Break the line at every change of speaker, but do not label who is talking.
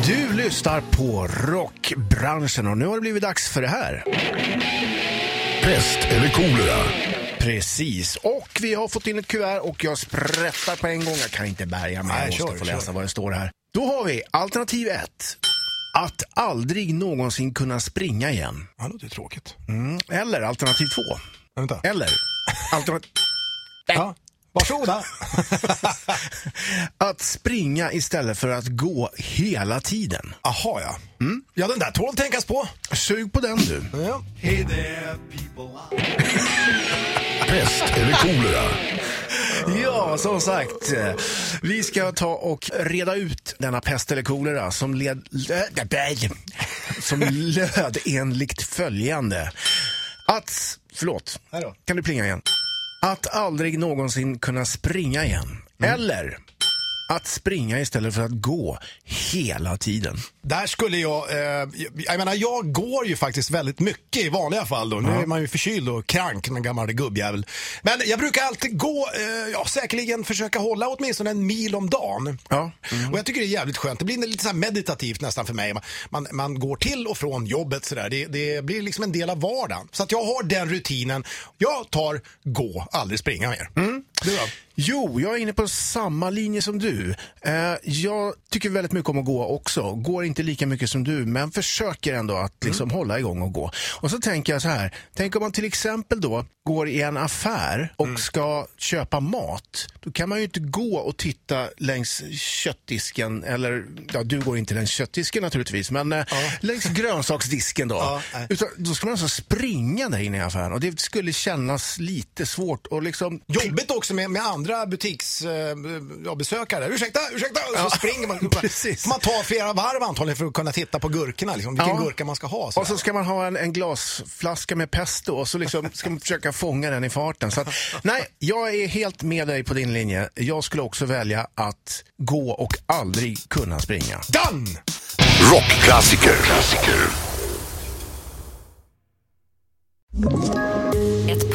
Du lyssnar på rockbranschen och nu har det blivit dags för det här.
Pest eller kolera?
Precis, och vi har fått in ett kuvert och jag sprättar på en gång. Jag kan inte bärga mig, jag
Nej,
måste
kör,
få
kör.
läsa vad det står här. Då har vi alternativ 1. Att aldrig någonsin kunna springa igen.
Ja, det låter ju tråkigt.
Mm. Eller alternativ 2.
Men Vänta.
Eller alternativ...
Ja. Varsågoda.
Att springa istället för att gå hela tiden.
Aha, ja. Ja, den där tål tänkas på.
Sug på den du.
Ja.
Pest eller kolera?
Ja, som sagt. eh, Vi ska ta och reda ut denna pest eller kolera som led... lö- nej, nej, Som löd enligt följande. Att... Förlåt.
Här då.
Kan du plinga igen? Att aldrig någonsin kunna springa igen. Eller att springa istället för att gå hela tiden.
Där skulle jag, eh, jag- jag menar jag går ju faktiskt väldigt mycket i vanliga fall då. Nu är man ju förkyld och krank, en gammal gubbjävel. Men jag brukar alltid gå, eh, ja säkerligen försöka hålla åtminstone en mil om dagen.
Ja.
Och jag tycker det är jävligt skönt, det blir lite så här meditativt nästan för mig. Man, man, man går till och från jobbet sådär, det, det blir liksom en del av vardagen. Så att jag har den rutinen, jag tar gå, aldrig springa mer.
Mm.
Du då?
Jo, jag är inne på samma linje som du. Eh, jag tycker väldigt mycket om att gå också. Går inte lika mycket som du, men försöker ändå att
Mm.
liksom hålla igång och gå. Och så tänker jag så här. Tänk om man till exempel då går i en affär
Mm.
och ska köpa mat. Då kan man ju inte gå och titta längs köttdisken eller, ja du går inte längs köttdisken naturligtvis, men eh, längs grönsaksdisken då.
Ja, nej.
Utan, då ska man alltså springa där inne i affären och det skulle kännas lite svårt och liksom
Jobbigt också med, med andra butiksbesökare. ja, besökare. ursäkta, ursäkta! Så springer man.
precis.
Får man ta flera varv antagligen för att kunna titta på gurkorna. Liksom, vilken
Ja.
gurka man ska ha.
Och så ska man ha en, en glasflaska med pesto och så liksom ska man försöka fånga den i farten. Så att, nej, jag är helt med dig på din linje. Jag skulle också välja att gå och aldrig kunna springa.
Done!
Rockklassiker. Klassiker.
Ett